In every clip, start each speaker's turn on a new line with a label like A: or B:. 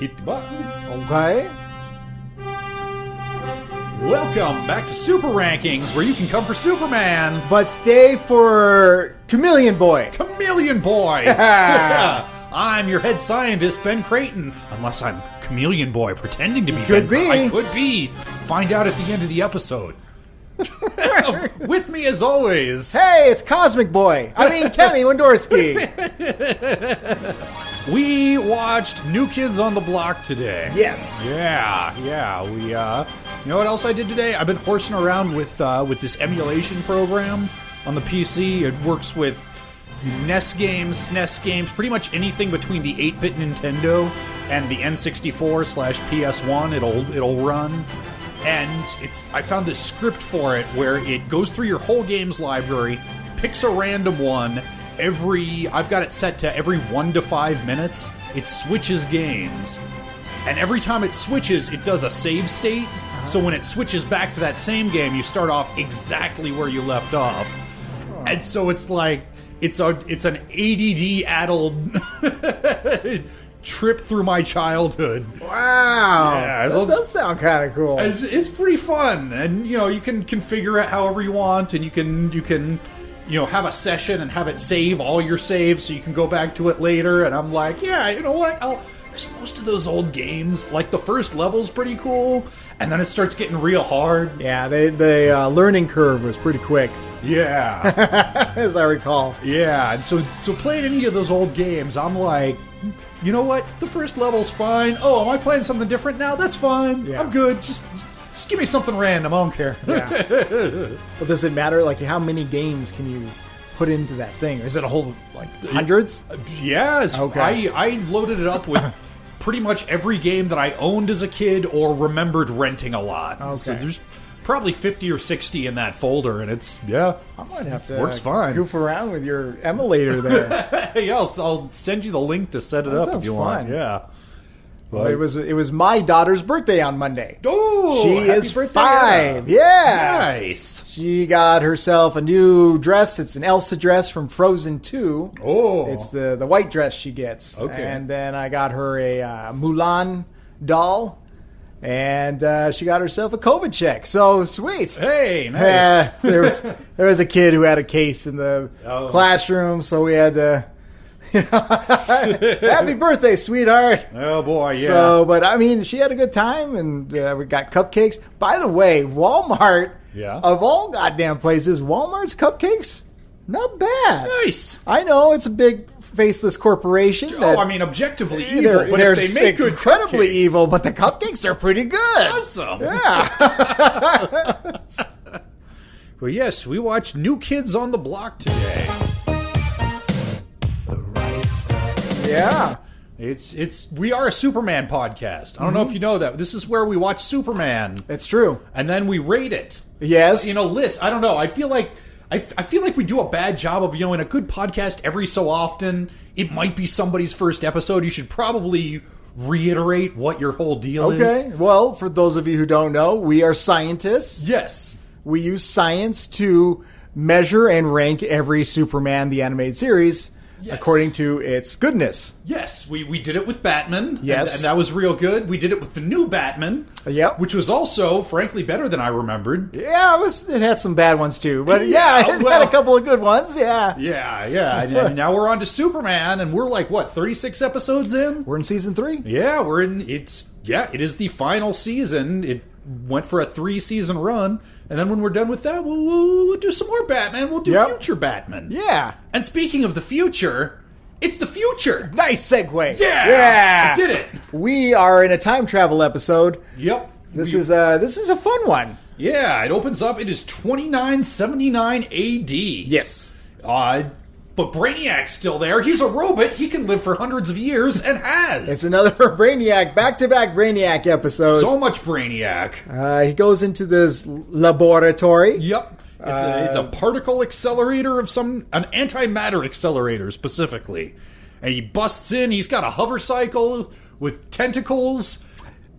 A: Hit the button.
B: Okay.
A: Welcome back to Super Rankings, where you can come for Superman,
B: But stay for Chameleon Boy.
A: Chameleon Boy. I'm your head scientist, Ben Creighton. Unless I'm Chameleon Boy pretending to be
B: could
A: Ben. I
B: be.
A: could be. Find out at the end of the episode. With me as always,
B: Hey, it's Cosmic Boy. I mean, Kenny Wendorski.
A: we watched New Kids on the Block today.
B: Yes.
A: Yeah, yeah. We, uh, you know what else I did today? I've been horsing around with uh, with this emulation program on the PC. It works with NES games, SNES games, pretty much anything between the 8-bit Nintendo and the N64 slash PS1. It'll it'll run. And it's I found this script for it where it goes through your whole games library, picks a random one. Every I've got it set to every one to five minutes. It switches games and every time it switches, it does a save state. So when it switches back to that same game, you start off exactly where you left off. And so it's like it's a it's an ADD addled trip through my childhood.
B: Wow.
A: Yeah,
B: that
A: it's-
B: does sound kind of cool.
A: It's, it's pretty fun, and you know you can configure it however you want, and you can you can you know have a session and have it save all your saves, so you can go back to it later. And I'm like, yeah, you know what? I'll because most of those old games, like the first level's pretty cool, and then it starts getting real hard.
B: Yeah, they, the uh, learning curve was pretty quick,
A: Yeah.
B: as I recall.
A: Yeah, and so so playing any of those old games, I'm like, you know what? The first level's fine. Oh, am I playing something different now? That's fine.
B: Yeah.
A: I'm good. Just just give me something random. I don't care.
B: But does it matter, like, how many games can you put into that thing? Is it a whole, like, hundreds?
A: yes.
B: Okay.
A: I I loaded it up with pretty much every game that I owned as a kid or remembered renting a lot. So
B: Okay.
A: there's probably 50 or 60 in that folder and it's yeah, I
B: Might have to
A: works fine.
B: goof around with your emulator there.
A: Hey, I'll, I'll send you the link to set it up if
B: sounds
A: you want.
B: fun.
A: Yeah.
B: well, it was it was my daughter's birthday on Monday.
A: Oh,
B: she
A: happy
B: is
A: birthday,
B: five.
A: Anna.
B: Yeah.
A: Nice.
B: She got herself a new dress. It's an Elsa dress from Frozen 2.
A: Oh.
B: It's the, the white dress she gets.
A: Okay.
B: And then I got her a uh, Mulan doll. And uh, she got herself a COVID check. So sweet.
A: Hey, nice.
B: Yeah, there was there was a kid who had a case in the
A: Oh.
B: classroom, so we had to. Happy birthday, sweetheart!
A: oh boy, yeah.
B: So, but I mean, she had a good time, and uh, we got cupcakes. By the way, Walmart,
A: Yeah.
B: of all goddamn places, Walmart's cupcakes, not bad.
A: nice.
B: I know it's a big faceless corporation.
A: Oh,
B: that-
A: I mean, objectively
B: they're-
A: evil, but
B: they're
A: if they make good
B: incredibly
A: cupcakes-
B: evil, but the cupcakes are pretty good.
A: awesome.
B: Yeah.
A: Well, yes, we watched New Kids on the Block today.
B: yeah.
A: It's it's we are a Superman podcast. I don't
B: Mm-hmm.
A: know if you know that. This is where we watch Superman
B: It's true.
A: and then we rate it
B: Yes.
A: in a list. I don't know. I feel like. I, I feel like we do a bad job of, you know, in a good podcast every so often, it might be somebody's first episode. You should probably reiterate what your whole deal is.
B: Okay. Well, for those of you who don't know, we are scientists.
A: Yes.
B: We use science to measure and rank every Superman the animated series
A: Yes.
B: according to its goodness.
A: Yes, we, we did it with Batman. and-
B: Yes.
A: And, that was real good. We did it with the new Batman.
B: Yep.
A: Which was also, frankly, better than I remembered.
B: Yeah, it was. It had some bad ones too, but yeah,
A: Yeah,
B: it had
A: well-
B: a couple of good ones. Yeah.
A: Yeah, yeah. And, and now we're on to Superman, and we're like, what, 36 episodes in?
B: We're in season three.
A: Yeah, we're in. It's. Yeah, it is the final season. It went for a three season run. And then when we're done with that, we'll, we'll, we'll do some more Batman. We'll do
B: Yep.
A: future Batman.
B: Yeah.
A: And speaking of the future, it's the future.
B: Nice segue.
A: Yeah.
B: Yeah.
A: I did it.
B: We are in a time travel episode.
A: Yep.
B: This
A: We-
B: is a this is a fun one.
A: Yeah, it opens up. It is 2979 AD.
B: Yes.
A: Uh, but Brainiac's still there. He's a robot. He can live for hundreds of years and
B: It's
A: has.
B: another Brainiac back to back Brainiac episode.
A: so much Brainiac.
B: Uh, he goes into this laboratory.
A: Yep. It's, a,
B: Uh,
A: it's a particle accelerator of some. an antimatter accelerator specifically. And he busts in. He's got a hover cycle with tentacles.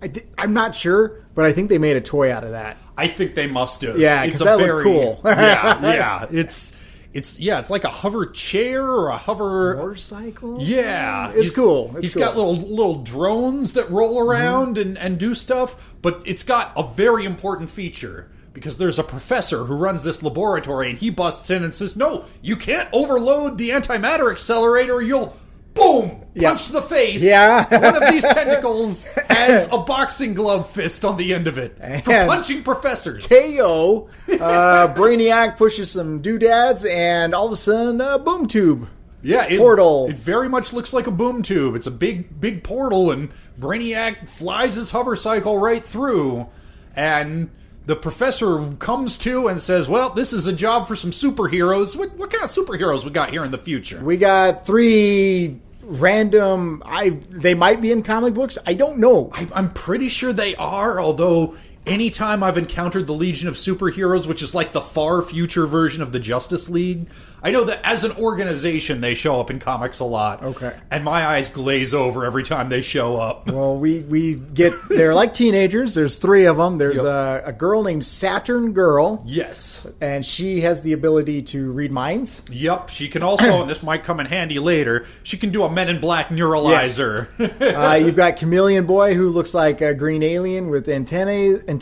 B: I am not sure, but I think they made a toy out of that.
A: I think they must have.
B: Yeah,
A: it's
B: 'cause that looked cool.
A: yeah, yeah. It's It's yeah, it's like a hover chair or a hover
B: Motorcycle?
A: yeah,
B: It's
A: he's-
B: cool. It's
A: He's
B: cool.
A: got
B: Mm-hmm.
A: little little drones that roll around and, and do stuff, but it's got a very important feature because there's a professor who runs this laboratory and he busts in and says, "No, you can't overload the antimatter accelerator. or You'll boom punch to the face.
B: Yeah.
A: one of these tentacles has a boxing glove fist on the end of it for
B: And-
A: punching professors.
B: KO. Uh, Brainiac pushes some doodads, and all of a sudden, a boom tube.
A: Yeah, it,
B: Portal.
A: It very much looks like a boom tube. It's a big, big portal, and Brainiac flies his hover cycle right through, and the professor comes to and says, "Well, this is a job for some superheroes. What, what kind of superheroes we got here in the future?"
B: We got three random. I they might be in comic books. I don't know.
A: I, I'm pretty sure they are, although. Anytime I've encountered the Legion of Superheroes, which is like the far future version of the Justice League, I know that as an organization they show up in comics a lot.
B: Okay.
A: And my eyes glaze over every time they show up.
B: Well, we we get they're like teenagers. There's three of them. There's a, a girl named Saturn Girl,
A: Yes.
B: and she has the ability to read minds.
A: Yep, she can also, and this might come in handy later, she can do a Men in Black neuralizer.
B: Uh, you've got Chameleon Boy, who looks like a green alien with antennae, antennae,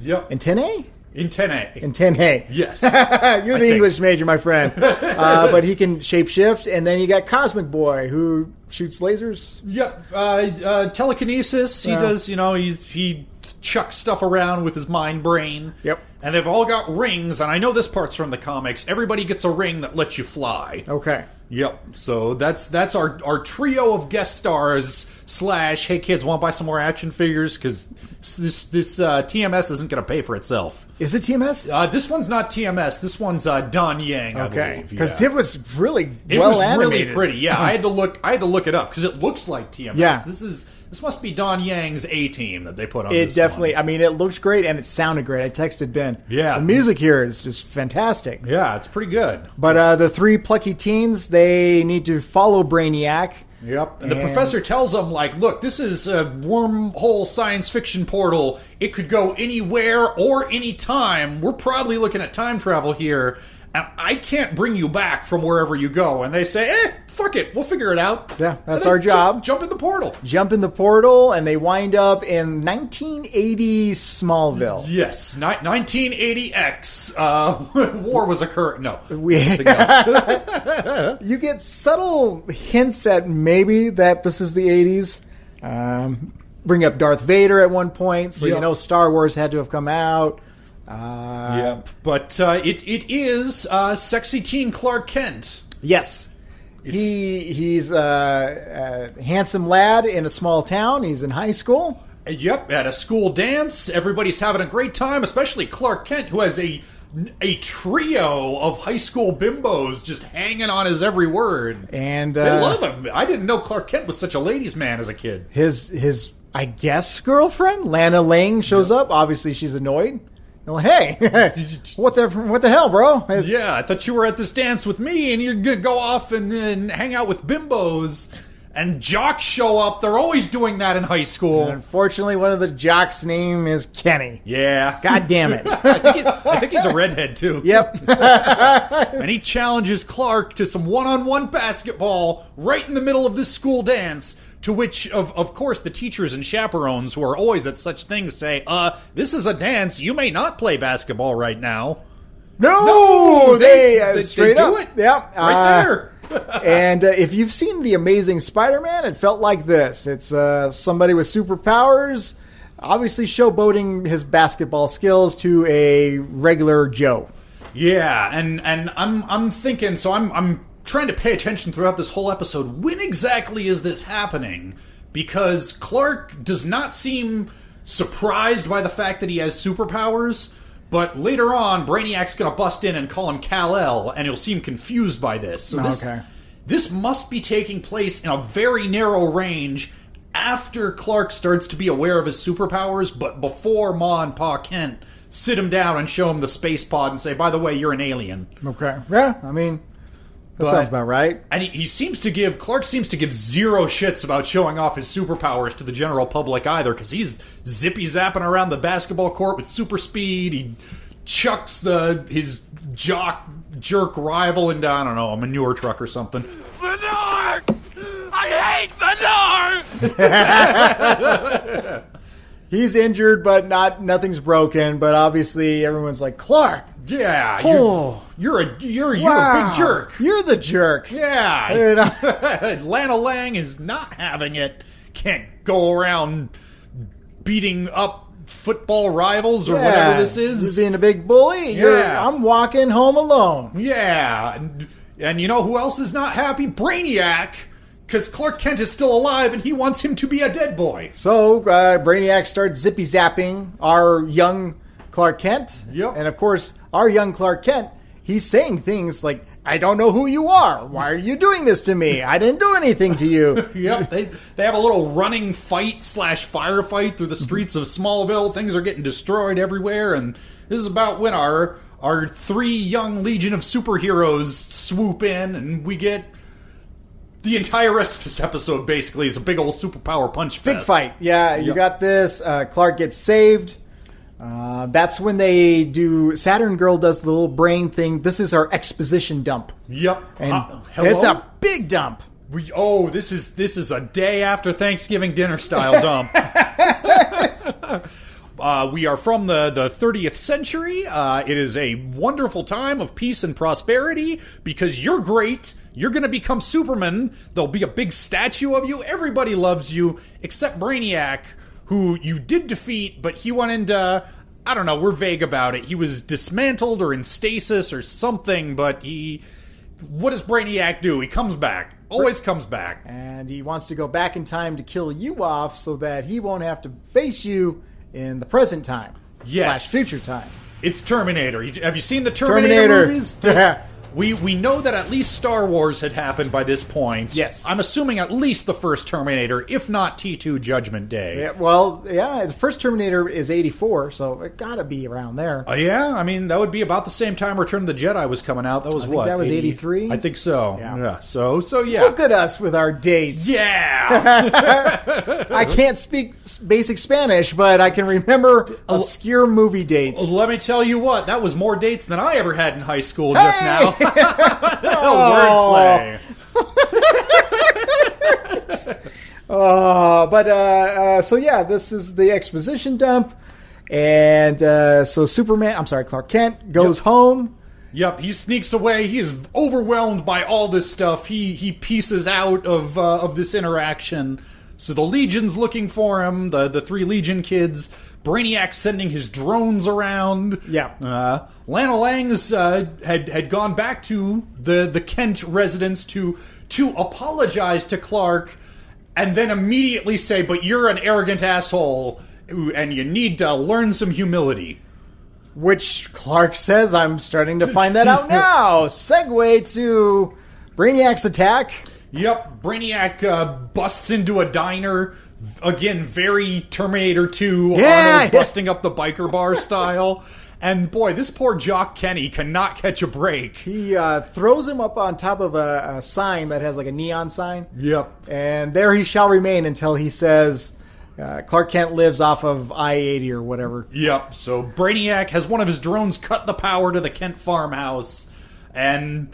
A: Yep.
B: antennae,
A: Intene.
B: antennae.
A: yes.
B: You're the
A: think.
B: English major, my friend. Uh, but he can shapeshift, and then you got Cosmic Boy who shoots lasers.
A: Yep. Uh, uh, telekinesis, he
B: Yeah.
A: does, you know, he's, he chucks stuff around with his mind brain.
B: Yep.
A: And they've all got rings, and I know this part's from the comics. Everybody gets a ring that lets you fly.
B: Okay,
A: Yep. So that's that's our our trio of guest stars slash Hey kids, want to buy some more action figures? Because this this uh, TMS isn't going to pay for itself.
B: is it TMS?
A: Uh, this one's not TMS. This one's uh, Don Yang. I
B: Okay,
A: believe.
B: because
A: yeah.
B: it was really
A: It
B: well
A: was
B: animated.
A: really pretty. Yeah, I had to look. I had to look it up because it looks like TMS.
B: Yeah.
A: This is this must be Don Yang's A team that they put on.
B: It
A: this
B: definitely.
A: one.
B: I mean, it looked great and it sounded great. I texted Ben.
A: Yeah.
B: the music here is just fantastic.
A: Yeah, it's pretty good.
B: But uh, the three plucky teens, they need to follow Brainiac.
A: Yep. And the
B: And-
A: professor tells them, like, look, this is a wormhole science fiction portal. It could go anywhere or anytime. We're probably looking at time travel here. And I can't bring you back from wherever you go. And they say, eh, fuck it. We'll figure it out.
B: Yeah,
A: And
B: that's
A: they
B: our
A: ju-
B: job.
A: jump in the portal.
B: Jump in the portal, and they wind up in 1980 Smallville.
A: Yes, ni- 1980X. Uh, war was occurring. No. Uh,
B: We,
A: Something else.
B: you get subtle hints at maybe that this is the 80s. Um, bring up Darth Vader at one point, so
A: Yep.
B: you know Star Wars had to have come out. Uh,
A: yep. But uh, it, it is uh, sexy teen Clark Kent.
B: Yes. He he's uh, a, a handsome lad in a small town. He's in high school.
A: Yep, at a school dance, everybody's having a great time, especially Clark Kent, who has a a trio of high school bimbos just hanging on his every word.
B: And uh,
A: They love him. I didn't know Clark Kent was such a ladies' man as a kid.
B: his his I guess girlfriend Lana Lang shows up. Obviously, she's annoyed. Well, hey, what the what the hell, bro? It's-
A: Yeah, I thought you were at this dance with me, and you're gonna go off and, and hang out with bimbos. And jocks show up. They're always doing that in high school.
B: Unfortunately, one of the jocks' name is Kenny.
A: Yeah,
B: God damn it!
A: I think, he- I think he's a redhead too.
B: yep.
A: And he challenges Clark to some one-on-one basketball right in the middle of this school dance. To which, of of course, the teachers and chaperones who are always at such things say, "Uh, this is a dance. You may not play basketball right now."
B: No,
A: they-
B: they, uh,
A: they- they
B: straight
A: do
B: up.
A: it.
B: Yep,
A: Right
B: uh,
A: there.
B: and uh, if you've seen the Amazing Spider-Man, it felt like this. It's uh, somebody with superpowers, obviously showboating his basketball skills to a regular Joe.
A: Yeah, and and I'm I'm thinking. So I'm I'm trying to pay attention throughout this whole episode. When exactly is this happening? Because Clark does not seem surprised by the fact that he has superpowers. But later on, Brainiac's gonna bust in and call him Kal El, and he'll seem confused by this. So this
B: Okay.
A: this must be taking place in a very narrow range after Clark starts to be aware of his superpowers, but before Ma and Pa Kent sit him down and show him the space pod and say, by the way, you're an alien.
B: Okay. Yeah. I mean, that sounds about right.
A: And he, he seems to give, Clark seems to give zero shits about showing off his superpowers to the general public either, because he's zippy zapping around the basketball court with super speed. He chucks the his jock jerk rival into I don't know a manure truck or something.
C: Manure! I hate manure!
B: He's injured, but not nothing's broken. But obviously, everyone's like Clark.
A: Yeah,
B: Oh.
A: you, are a you're you're a
B: wow,
A: big jerk.
B: You're the jerk.
A: Yeah,
B: And I-
A: Lana Lang is not having it. Can't go around beating up football rivals or whatever
B: yeah,
A: this
B: you
A: is.
B: being a big bully. Yeah. You're,
A: Yeah.
B: I'm walking home alone.
A: Yeah, and, and you know who else is not happy? Brainiac, because Clark Kent is still alive and he wants him to be a dead boy.
B: So uh, Brainiac starts zippy zapping our young Clark Kent.
A: Yep.
B: And of course, our young Clark Kent, he's saying things like, I don't know who you are. Why are you doing this to me? I didn't do anything to you.
A: Yep, they they have a little running fight slash firefight through the
B: Mm-hmm.
A: streets of Smallville. Things are getting destroyed everywhere, and this is about when our our three young legion of superheroes swoop in, and we get the entire rest of this episode basically is a big old superpower punch fest.
B: Big fight. Yeah, you
A: Yep.
B: got this. Uh, Clark gets saved. Uh, that's when they do. Saturn Girl does the little brain thing. This is our exposition dump.
A: Yep,
B: And
A: Ha- hello?
B: it's a big dump.
A: We, oh, this is this is a day after Thanksgiving dinner style dump. Uh, we are from the, the 30th century. Uh, it is a wonderful time of peace and prosperity because you're great. You're going to become Superman. There'll be a big statue of you. Everybody loves you except Brainiac, who you did defeat, but he went into. I don't know. We're vague about it. He was dismantled or in stasis or something, but he. What does Brainiac do? He comes back. Always comes back.
B: and he wants to go back in time to kill you off so that he won't have to face you in the present time
A: Yes.
B: slash future time.
A: It's Terminator. You- Have you seen the Terminator,
B: Terminator.
A: movies? We we know that at least Star Wars had happened by this point.
B: Yes.
A: I'm assuming at least the first Terminator, if not T2 Judgment Day.
B: Yeah, well, yeah, the first Terminator is '84, so it got to be around there.
A: Uh, yeah, I mean that would be about the same time Return of the Jedi was coming out. That was
B: think
A: what
B: that was
A: 80
B: 83?
A: I think so.
B: Yeah.
A: So so yeah.
B: Look at us with our dates.
A: Yeah.
B: I can't speak s- basic Spanish, but I can remember obscure movie dates.
A: Let me tell you what, that was more dates than I ever had in high school just now.
B: Oh.
A: Wordplay.
B: Uh, but uh, uh, so yeah, this is the exposition dump, and uh, so Superman, I'm sorry, Clark Kent goes home.
A: Yep, he sneaks away. He is overwhelmed by all this stuff. He he pieces out of uh, of this interaction. So the Legion's looking for him. The the three Legion kids. Brainiac sending his drones around.
B: Yeah.
A: Uh, Lana Lang's uh, had had gone back to the the Kent residence to to apologize to Clark, and then immediately say, "But you're an arrogant asshole, and you need to learn some humility."
B: Which Clark says, I'm starting to find that out now. Segue to Brainiac's attack.
A: Yep, Brainiac uh, busts into a diner. Again, very Terminator 2,
B: Yeah!
A: Arnold busting up the biker bar style. And boy, this poor Jock Kenny cannot catch a break.
B: He uh, throws him up on top of a, a sign that has like a neon sign.
A: Yep.
B: And there he shall remain until he says, uh, Clark Kent lives off of I 80 or whatever.
A: Yep, so Brainiac has one of his drones cut the power to the Kent farmhouse. And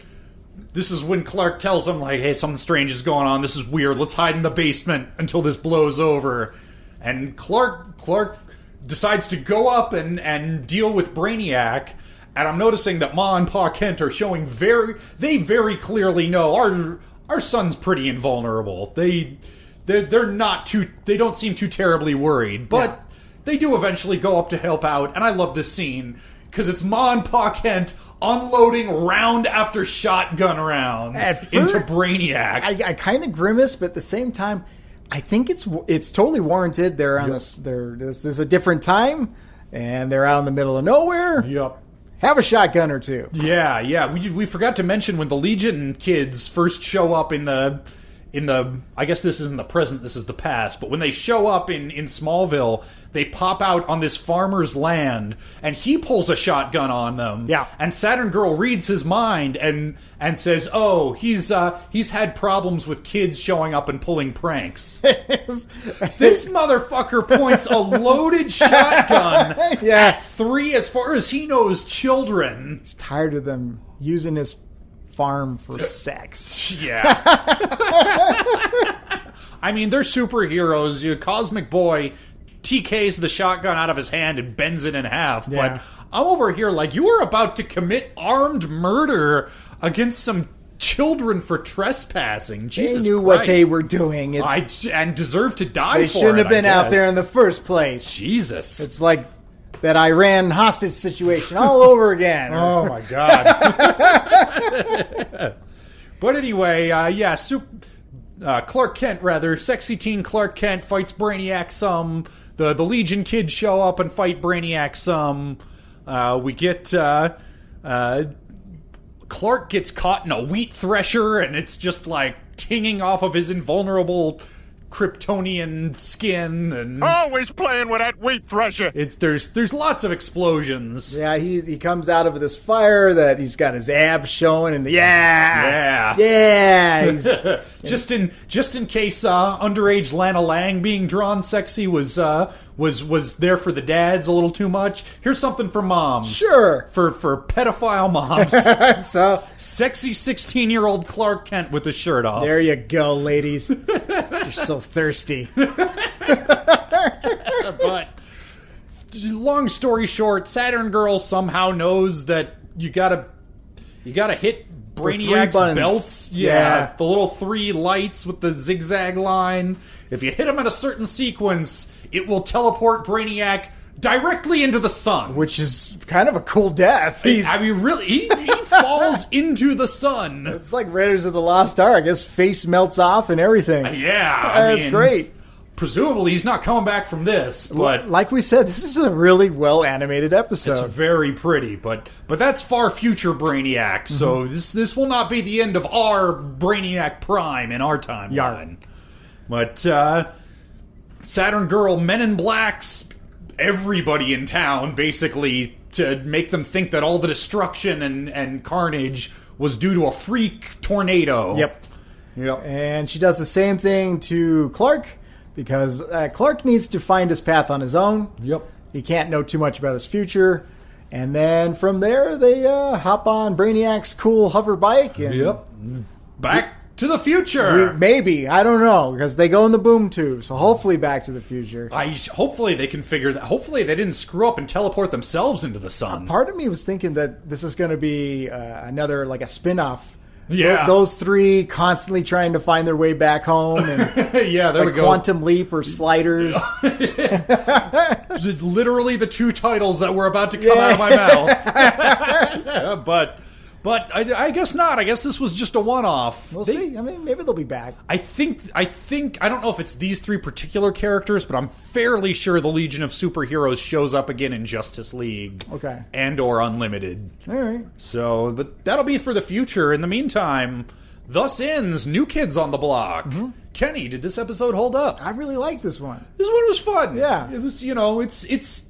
A: this is when Clark tells him, like, hey, something strange is going on. This is weird. Let's hide in the basement until this blows over. And Clark Clark decides to go up and, and deal with Brainiac. And I'm noticing that Ma and Pa Kent are showing very they very clearly know our our son's pretty invulnerable. They they're, they're not too they don't seem too terribly worried. But they do eventually go up to help out, and I love this scene because it's Ma and Pa Kent unloading round after shotgun round
B: At first-
A: into Brainiac.
B: I, I kind of grimace, but at the same time, I think it's it's totally warranted. They're on this, they're, this is a different time, and they're out in the middle of nowhere.
A: yep.
B: Have a shotgun or two.
A: Yeah, yeah. We we forgot to mention when the Legion kids first show up in the in the I guess this isn't the present, this is the past, but when they show up in in Smallville, they pop out on this farmer's land and he pulls a shotgun on them.
B: Yeah.
A: And Saturn Girl reads his mind and and says, "Oh, he's uh he's had problems with kids showing up and pulling pranks." this motherfucker points a loaded shotgun
B: Yeah.
A: at three as far as he knows children.
B: He's tired of them using his farm for sex.
A: Yeah. I mean, they're superheroes. You Cosmic Boy TKs the shotgun out of his hand and bends it in half.
B: Yeah.
A: But I'm over here like, you are about to commit armed murder against some children for trespassing. Jesus
B: they knew
A: Christ.
B: what they were doing. It's,
A: I, and deserve to die
B: they
A: for
B: shouldn't
A: it,
B: have been
A: I
B: out there
A: guess.
B: in the first place.
A: Jesus.
B: It's like that Iran hostage situation all over again.
A: Oh my god. but anyway, uh, yeah, Sup- uh, Clark Kent rather sexy teen Clark Kent fights Brainiac some. The the Legion kids show up and fight Brainiac some. Uh, we get uh, uh, Clark gets caught in a wheat thresher and it's just like tinging off of his invulnerable Kryptonian skin and
C: Always playing with that wheat thresher.
A: it's there's there's lots of explosions.
B: Yeah, he he comes out of this fire that he's got his abs showing, and yeah,
A: Yeah.
B: yeah, he's,
A: just in just in case uh, underage Lana Lang being drawn sexy was uh, was was there for the dads a little too much. Here's something for moms.
B: Sure.
A: For for pedophile moms.
B: so
A: sexy 16 year old Clark Kent with the shirt off.
B: there you go, ladies. You're so thirsty.
A: but long story short, Saturn Girl somehow knows that you gotta you gotta hit
B: three
A: Brainiac's
B: buttons.
A: belts. Yeah,
B: Yeah.
A: the little three lights with the zigzag line. If you hit them in a certain sequence, it will teleport Brainiac directly into the sun.
B: Which is kind of a cool death. He-
A: I mean, really, he, he falls into the sun.
B: it's like Raiders of the Lost Ark. His face melts off and everything.
A: Yeah, I
B: That's
A: mean,
B: great.
A: Presumably, he's not coming back from this, but
B: Like we said, this is a really well animated episode.
A: It's very pretty, but but that's far future Brainiac. So this this will not be the end of our Brainiac Prime in our timeline.
B: Yarn.
A: But uh, Saturn Girl, Men in Blacks, everybody in town basically to make them think that all the destruction and and carnage was due to a freak tornado.
B: Yep.
A: Yep.
B: And she does the same thing to Clark because uh, Clark needs to find his path on his own.
A: Yep.
B: He can't know too much about his future. And then from there, they uh, hop on Brainiac's cool hover bike. And
A: Yep. Back to the future.
B: we- maybe, I don't know, because they go in the boom tube. So hopefully, back to the future.
A: I hopefully they can figure that. Hopefully they didn't screw up and teleport themselves into the sun.
B: Part of me was thinking that this is going to be uh, another, like a spin off.
A: Yeah.
B: Those three constantly trying to find their way back home and
A: yeah, there
B: like
A: we go.
B: Quantum Leap or Sliders.
A: Just literally the two titles that were about to come out of my mouth. Yeah, but but I, I guess not. I guess this was just a one-off.
B: We'll
A: They-
B: see. I mean, maybe they'll be back.
A: I think I think I don't know if it's these three particular characters, but I'm fairly sure the Legion of Superheroes shows up again in Justice League.
B: Okay.
A: And or Unlimited.
B: All right.
A: So, but that'll be for the future. In the meantime, thus ends New Kids on the Block. Kenny, did this episode hold up?
B: I really like this one.
A: This one was fun.
B: Yeah.
A: it was. You know, it's it's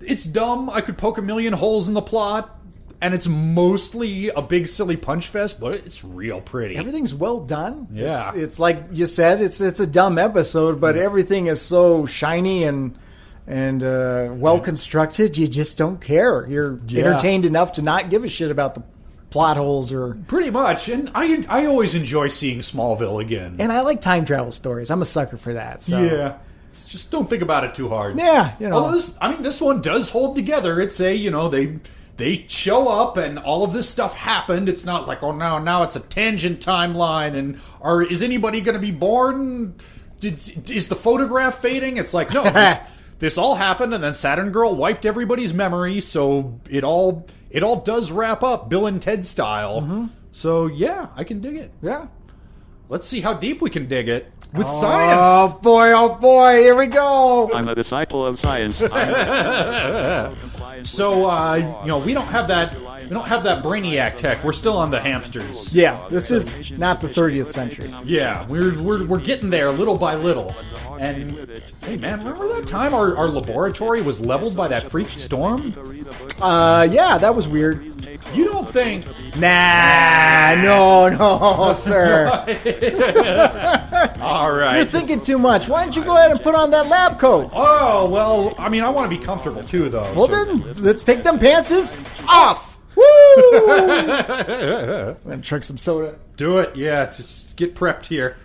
A: it's dumb. I could poke a million holes in the plot, and it's mostly a big silly punch fest, but it's real pretty.
B: Everything's well done.
A: Yeah.
B: it's, it's like you said. It's it's a dumb episode, but everything is so shiny and and uh, well constructed. You just don't care. You're
A: Yeah.
B: entertained enough to not give a shit about the plot holes or.
A: pretty much, and I I always enjoy seeing Smallville again.
B: And I like time travel stories. I'm a sucker for that. So.
A: yeah, Oh, It's just don't think about it too hard.
B: Yeah, you know.
A: Although this, I mean, this one does hold together. It's a you know they they show up and all of this stuff happened. It's not like oh now now it's a tangent timeline and or is anybody going to be born? Did is the photograph fading? It's like no. This, This all happened, and then Saturn Girl wiped everybody's memory, so it all it all does wrap up Bill and Ted style. So yeah, I can dig it.
B: Yeah.
A: Let's see how deep we can dig it with
B: Oh
A: science.
B: boy! Oh boy! Here we go.
D: I'm a disciple of science. I'm a disciple of science.
A: So uh, you know, we don't have that. We don't have that brainiac tech. We're still on the hamsters.
B: Yeah, this is not the 30th century.
A: Yeah, we're, we're, we're getting there little by little. And hey, man, remember that time our, our laboratory was leveled by that freak storm?
B: Uh, yeah, that was weird.
A: You don't think?
B: Nah, no, no, sir.
A: All right.
B: You're thinking too much. Why don't you go ahead and put on that lab coat?
A: Oh well, I mean, I want to be comfortable too, though.
B: Well,
A: so-
B: then, let's take them pantses off. Woo! I'm gonna drink some soda.
A: do it. Yeah, just get prepped here.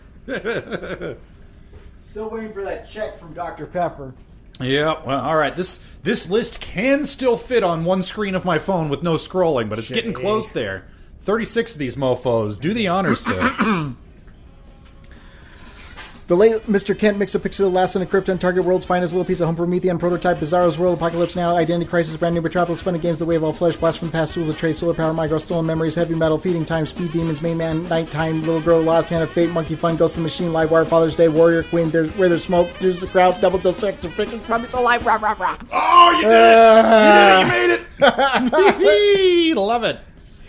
B: Still waiting for that check from Dr. Pepper.
A: Yeah. Well, all right. This this list can still fit on one screen of my phone with no scrolling, but it's getting
B: Shitty.
A: close there. Thirty six of these mofo's. Do the honors, sir.
B: The late Mr. Kent makes a pixel last in a crypt on target world's finest little piece of home Promethean prototype, Bizarro's World, Apocalypse Now, Identity Crisis, Brand New Metropolis, Fun and Games, The Wave All Flesh, Blast from the Past, Tools of Trade, Solar Power, Micro, Stolen Memories, Heavy Metal, Feeding Time, Speed Demons, Main Man, Nighttime, Little Girl, Lost Hand of Fate, Monkey Fun, Ghost of the Machine, Livewire, Father's Day, Warrior Queen, There's Where There's Smoke, There's the Crowd, Double Dissection, Freaking Promise Alive, rah rah rah.
A: oh, you did it! You did it! You made it! Love it.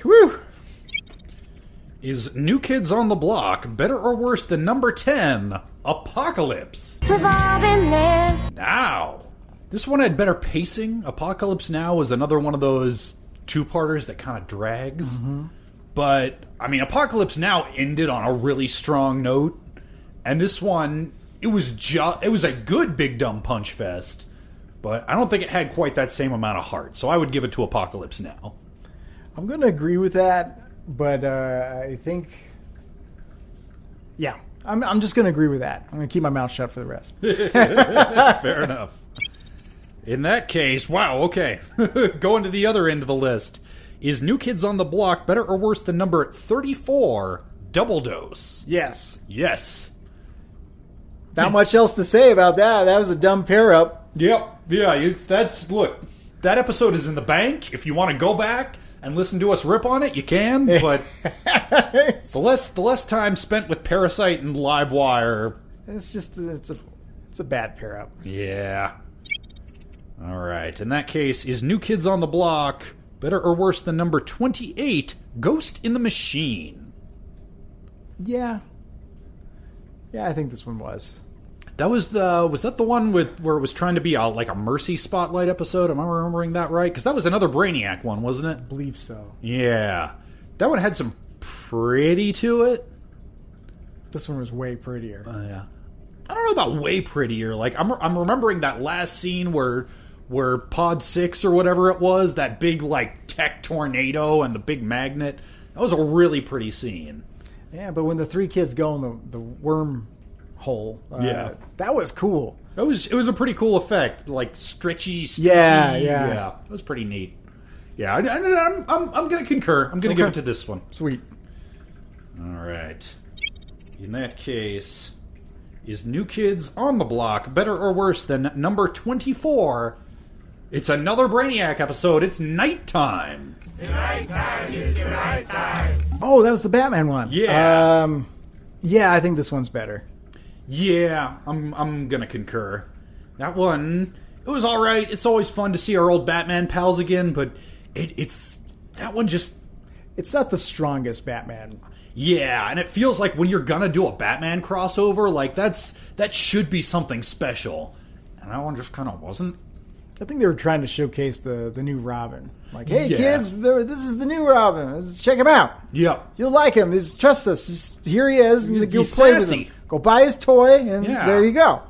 B: Whew.
A: Is New Kids on the Block better or worse than number ten, Apocalypse?
D: We've all been there.
A: Now, this one had better pacing. Apocalypse Now was another one of those two-parters that kind of drags. But I mean, Apocalypse Now ended on a really strong note, and this one it was just it was a good big dumb punch fest. But I don't think it had quite that same amount of heart, so I would give it to Apocalypse Now.
B: I'm going to agree with that, but uh, I think. Yeah, I'm, I'm just going to agree with that. I'm going to keep my mouth shut for the rest.
A: Fair enough. In that case, wow, okay. Going to the other end of the list. Is New Kids on the Block better or worse than number 34, Double Dose?
B: yes.
A: Yes.
B: Not much else to say about that. That was a dumb pair up.
A: Yep. Yeah, it's, that's. Look, that episode is in the bank. If you want to go back and listen to us rip on it, you can, but the less the less time spent with Parasite and Livewire,
B: It's just it's a it's a bad pair up.
A: Yeah. All right. In that case, is New Kids on the Block better or worse than number 28, Ghost in the Machine?
B: Yeah. Yeah, I think this one was.
A: That was the was that the one with where it was trying to be a, like a mercy spotlight episode? Am I remembering that right? Because that was another Brainiac one, wasn't it?
B: believe so.
A: Yeah, that one had some pretty to it.
B: This one was way prettier.
A: Yeah. I don't know about way prettier. Like I'm I'm remembering that last scene where where Pod 6 or whatever it was, that big like tech tornado and the big magnet. That was a really pretty scene.
B: yeah, but when the three kids go in the the worm hole, uh,
A: Yeah.
B: that was cool.
A: It was it was a pretty cool effect, like stretchy. stretchy
B: Yeah, yeah.
A: It was pretty neat. Yeah, I, am I'm I'm gonna concur. I'm gonna give
B: Okay.
A: it to this one.
B: Sweet.
A: All right. In that case, is New Kids on the Block better or worse than number 24? It's another Brainiac episode. It's nighttime.
B: Oh, that was the Batman one.
A: Yeah.
B: Um, yeah, I think this one's better.
A: Yeah, I'm I'm going to concur. That one, it was all right. It's always fun to see our old Batman pals again, but it it that one just
B: It's not the strongest Batman.
A: yeah, and it feels like when you're gonna do a Batman crossover, like that's that should be something special. And that one just kind of wasn't.
B: I think they were trying to showcase the the new Robin. Like, hey
A: Yeah.
B: kids, there- this is the new Robin. Check him out.
A: Yep.
B: You'll like him. He's, trust us. He's- here he is. And
A: He's
B: you'll play with
A: sassy.
B: him. Go buy his toy, and
A: Yeah.
B: there you go.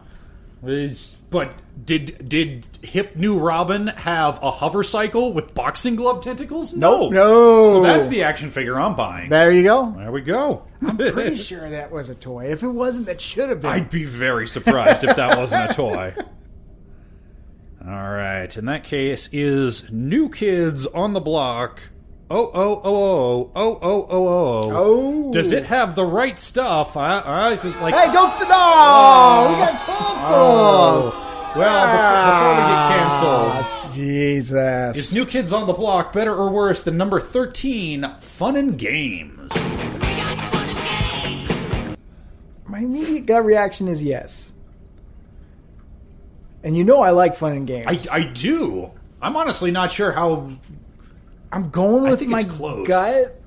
A: Is- But did did hip new Robin have a hover cycle with boxing glove tentacles? No,
B: Nope. No.
A: So that's the action figure I'm buying.
B: There you go.
A: there we go.
B: Pretty sure that was a toy. If it wasn't, that should have been.
A: I'd be very surprised if that wasn't a toy. All right. In that case, is New Kids on the Block? Oh oh oh oh oh oh oh oh.
B: Oh.
A: Does it have the right stuff? I I was like.
B: hey, don't sit. No, we got canceled.
A: oh. Well, before, before we get canceled.
B: Ah, Jesus.
A: Is New Kids on the Block better or worse than number 13, Fun and Games?
B: My immediate gut reaction is yes. And you know I like fun and games.
A: I, I do. I'm honestly not sure how.
B: I'm going with
A: think
B: my
A: it's close.
B: gut.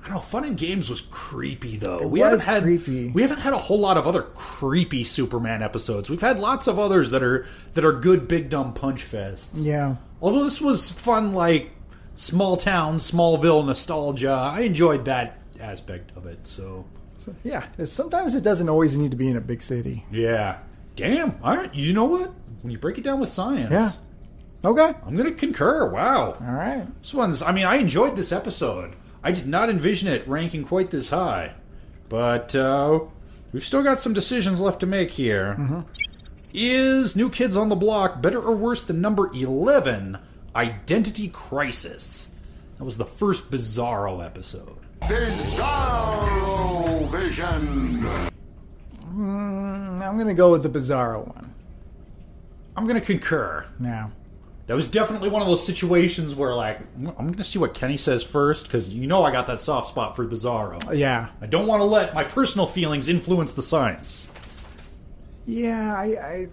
A: I don't know. Fun and Games was creepy though. we
B: was
A: haven't had
B: creepy.
A: we haven't had a whole lot of other creepy Superman episodes. We've had lots of others that are that are good big dumb punch fests.
B: Yeah.
A: Although this was fun, like small town, Smallville nostalgia. I enjoyed that aspect of it. So
B: Yeah. it's- Sometimes it doesn't always need to be in a big city.
A: yeah, damn. All right, you know what? When you break it down with science,
B: Yeah. Okay.
A: I'm gonna concur. Wow,
B: All right.
A: this one's. I mean, I enjoyed this episode. I did not envision it ranking quite this high, but uh, we've still got some decisions left to make here. Is New Kids on the Block better or worse than number eleven? Identity Crisis. That was the first Bizarro episode.
D: Bizarro Vision.
B: I'm going to go with the Bizarro one.
A: I'm gonna concur.
B: Now.
A: That was definitely one of those situations where, like, I'm gonna see what Kenny says first because you know I got that soft spot for Bizarro.
B: Yeah.
A: I don't want to let my personal feelings influence the science.
B: Yeah, I, I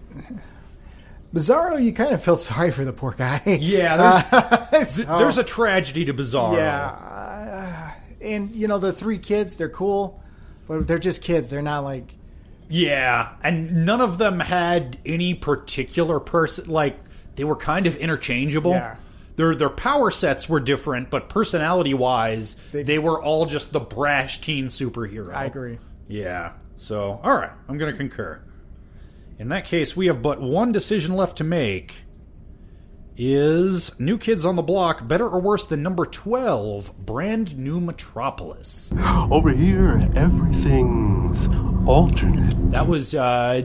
B: Bizarro, you kind of felt sorry for the poor guy. Uh,
A: Yeah,
B: there's,
A: there's, there's a tragedy to Bizarro.
B: yeah, uh, and you know the three kids, they're cool, but they're just kids. They're not like
A: Yeah, and none of them had any particular person. Like they were kind of interchangeable.
B: Yeah.
A: Their their power sets were different, but personality wise, they, were all just the brash teen superhero.
B: I agree.
A: Yeah. So, all right, I'm going to concur. In that case, we have but one decision left to make. Is New Kids on the Block better or worse than number 12, Brand New Metropolis?
E: Over here, everything's alternate.
A: That was uh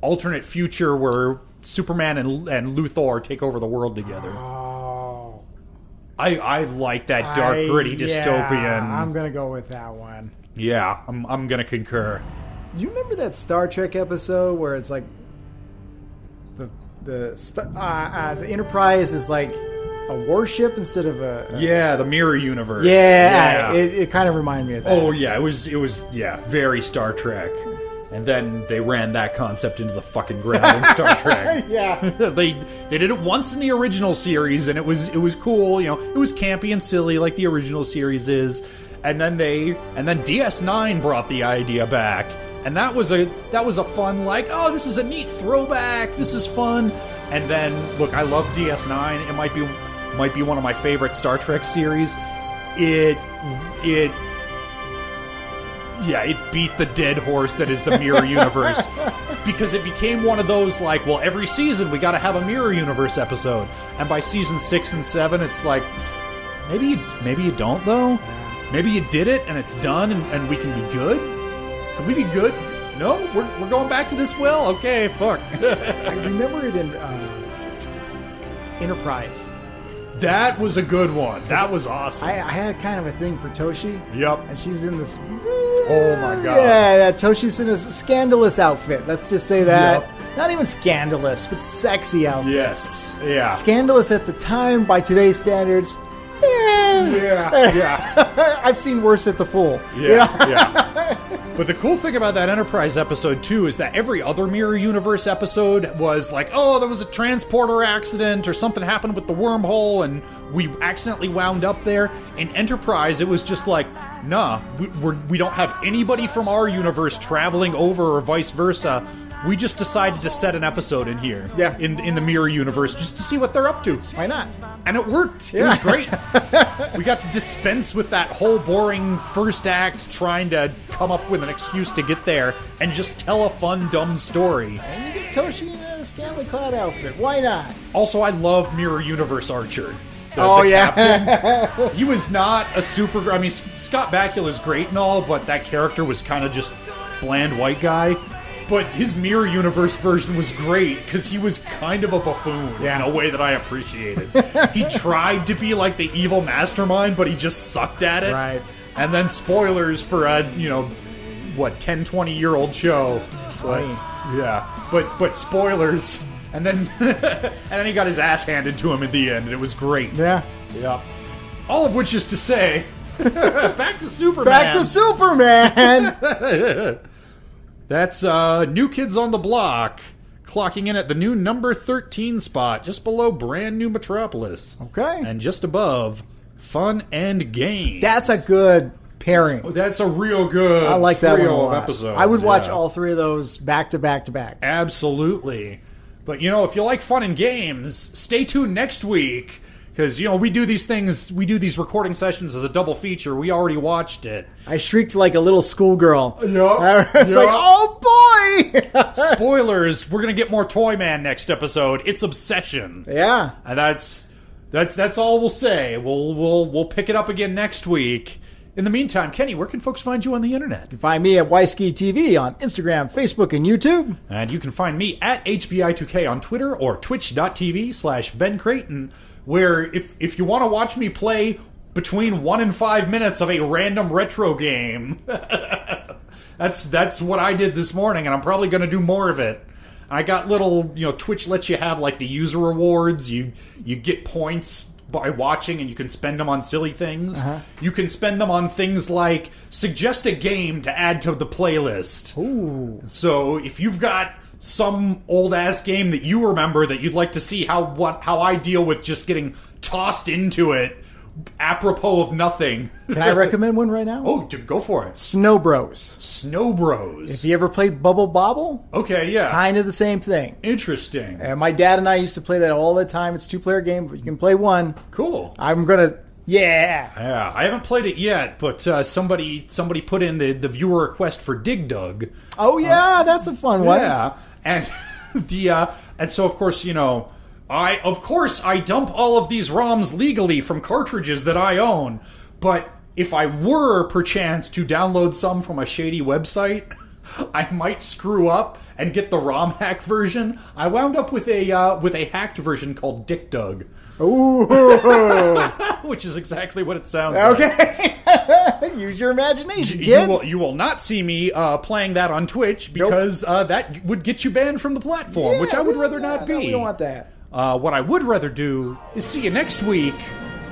A: alternate future where Superman and and Luthor take over the world together.
B: Oh,
A: I I like that dark
B: I-
A: gritty
B: yeah,
A: dystopian.
B: I'm gonna go with that one.
A: yeah, I'm I'm going to concur.
B: You remember that Star Trek episode where it's like the the st- uh, uh, the Enterprise is like a warship instead of a, a-
A: Yeah, the mirror universe.
B: yeah. It, it kind of reminded me of that.
A: Oh yeah, it was it was yeah, very Star Trek. And then they ran that concept into the fucking ground in Star Trek.
B: yeah.
A: they they did it once in the original series and it was it was cool, you know. It was campy and silly like the original series is. And then they and then DS9 brought the idea back. And that was a that was a fun like, oh, this is a neat throwback. This is fun. And then look, I love DS9. It might be might be one of my favorite Star Trek series. It it yeah, it beat the dead horse that is the mirror universe because it became one of those like, well, every season we got to have a mirror universe episode, and by season six and seven, it's like maybe you, maybe you don't though. Maybe you did it and it's done, and, and we can be good. Can we be good? No, we're, we're going back to this well. Okay, fuck.
B: I remember it in uh, Enterprise.
A: that was a good one. That was awesome.
B: I, I had kind of a thing for Toshi,
A: yep.
B: and she's in this.
A: Oh my God.
B: Yeah, yeah, Toshi's in a scandalous outfit. Let's just say that. Not even scandalous, but sexy outfit.
A: Yes. Yeah.
B: Scandalous at the time by today's standards. eh.
A: Yeah. Yeah.
B: I've seen worse at the pool.
A: Yeah, yeah. But the cool thing about that Enterprise episode too is that every other Mirror Universe episode was like, oh, there was a transporter accident or something happened with the wormhole and we accidentally wound up there. In Enterprise, it was just like, nah, we, we're, we don't have anybody from our universe traveling over or vice versa. We just decided to set an episode in here,
B: Yeah.
A: in in the Mirror Universe, just to see what they're up to
B: Why not?
A: and it worked. It was great. we got to dispense with that whole boring first act trying to come up with an excuse to get there and just tell a fun, dumb story.
B: And you get Toshi in a scantily clad outfit. Why not?
A: Also, I love Mirror Universe Archer. The-
B: Oh,
A: the
B: yeah.
A: captain. he was not a super. I mean, S- Scott Bakula is great and all, but that character was kind of just bland white guy. But his Mirror Universe version was great because he was kind of a buffoon
B: Yeah.
A: in a way that I appreciated. he tried to be like the evil mastermind, but he just sucked at it.
B: Right.
A: And then spoilers for a you know what 10 20 year old show but, yeah but but spoilers and then and then he got his ass handed to him at the end and it was great
B: Yeah.
A: yeah all of which is to say back to superman
B: Back to Superman.
A: that's uh new kids on the block clocking in at the new number 13 spot, just below brand new Metropolis.
B: Okay.
A: And just above Fun and Games.
B: That's a good pairing.
A: That's a real good
B: I like that one
A: trio
B: a
A: of
B: lot.
A: episodes.
B: I would watch
A: yeah.
B: all three of those back to back to back.
A: Absolutely. But you know, if you like fun and games, stay tuned next week because you know we do these things. We do these recording sessions as a double feature. We already watched it.
B: I shrieked like a little schoolgirl.
A: Yup.
B: I was
A: Yup.
B: like, oh boy!
A: Spoilers: We're gonna get more Toy Man next episode. It's Obsession,
B: yeah.
A: and that's that's that's all we'll say. We'll we'll we'll pick it up again next week. In the meantime, Kenny, where can folks find you on the internet?
B: Find me at Wisky TV on Instagram, Facebook, and YouTube.
A: And you can find me at HBI2K on Twitter or twitch.tv slash Ben Creighton, where if, if you want to watch me play between one and five minutes of a random retro game, that's that's what I did this morning, and I'm probably going to do more of it. I got little, you know, Twitch lets you have like the user rewards. You you get points by watching, and you can spend them on silly things.
B: Uh-huh.
A: You can spend them on things like suggest a game to add to the playlist. So if you've got some old ass game that you remember that you'd like to see how what how I deal with just getting tossed into it apropos of nothing.
B: Can I recommend one right now?
A: Oh, dude, go for it.
B: Snow Bros.
A: Snow Bros.
B: Have you ever played Bubble Bobble?
A: Okay, yeah.
B: Kind of the same thing.
A: Interesting.
B: And my dad and I used to play that all the time. It's a two player game, but you can play one.
A: Cool.
B: I'm gonna, yeah.
A: Yeah, I haven't played it yet, but uh, somebody somebody put in the, the viewer request for Dig Dug.
B: Oh yeah, that's a fun one.
A: Yeah, and the uh, and so of course you know I of course I dump all of these ROMs legally from cartridges that I own, but if I were perchance to download some from a shady website. I might screw up and get the ROM hack version. I wound up with a uh, with a hacked version called Dick Dug, which is exactly what it sounds like.
B: Okay. Use your imagination,
A: you
B: kids.
A: will, you will not see me uh, playing that on Twitch because uh, that would get you banned from the platform, which
B: Yeah,
A: I would
B: we-
A: rather
B: yeah,
A: not be.
B: No, we don't want that.
A: Uh, what I would rather do is see you next week.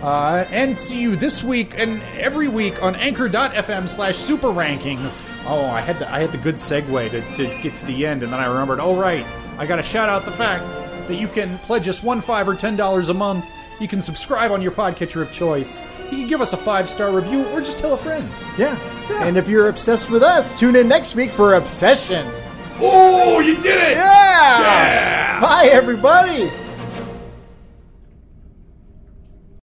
A: Uh, and see you this week and every week on anchor.fm slash super rankings. Oh, I had the I had the good segue to, to get to the end and then I remembered, oh right, I gotta shout out the fact that you can pledge us one five or ten dollars a month. You can subscribe on your podcatcher of choice. You can give us a five star review or just tell a friend.
B: Yeah. And if you're obsessed with us, tune in next week for Obsession.
A: Oh, you did it!
B: Yeah. Bye, everybody.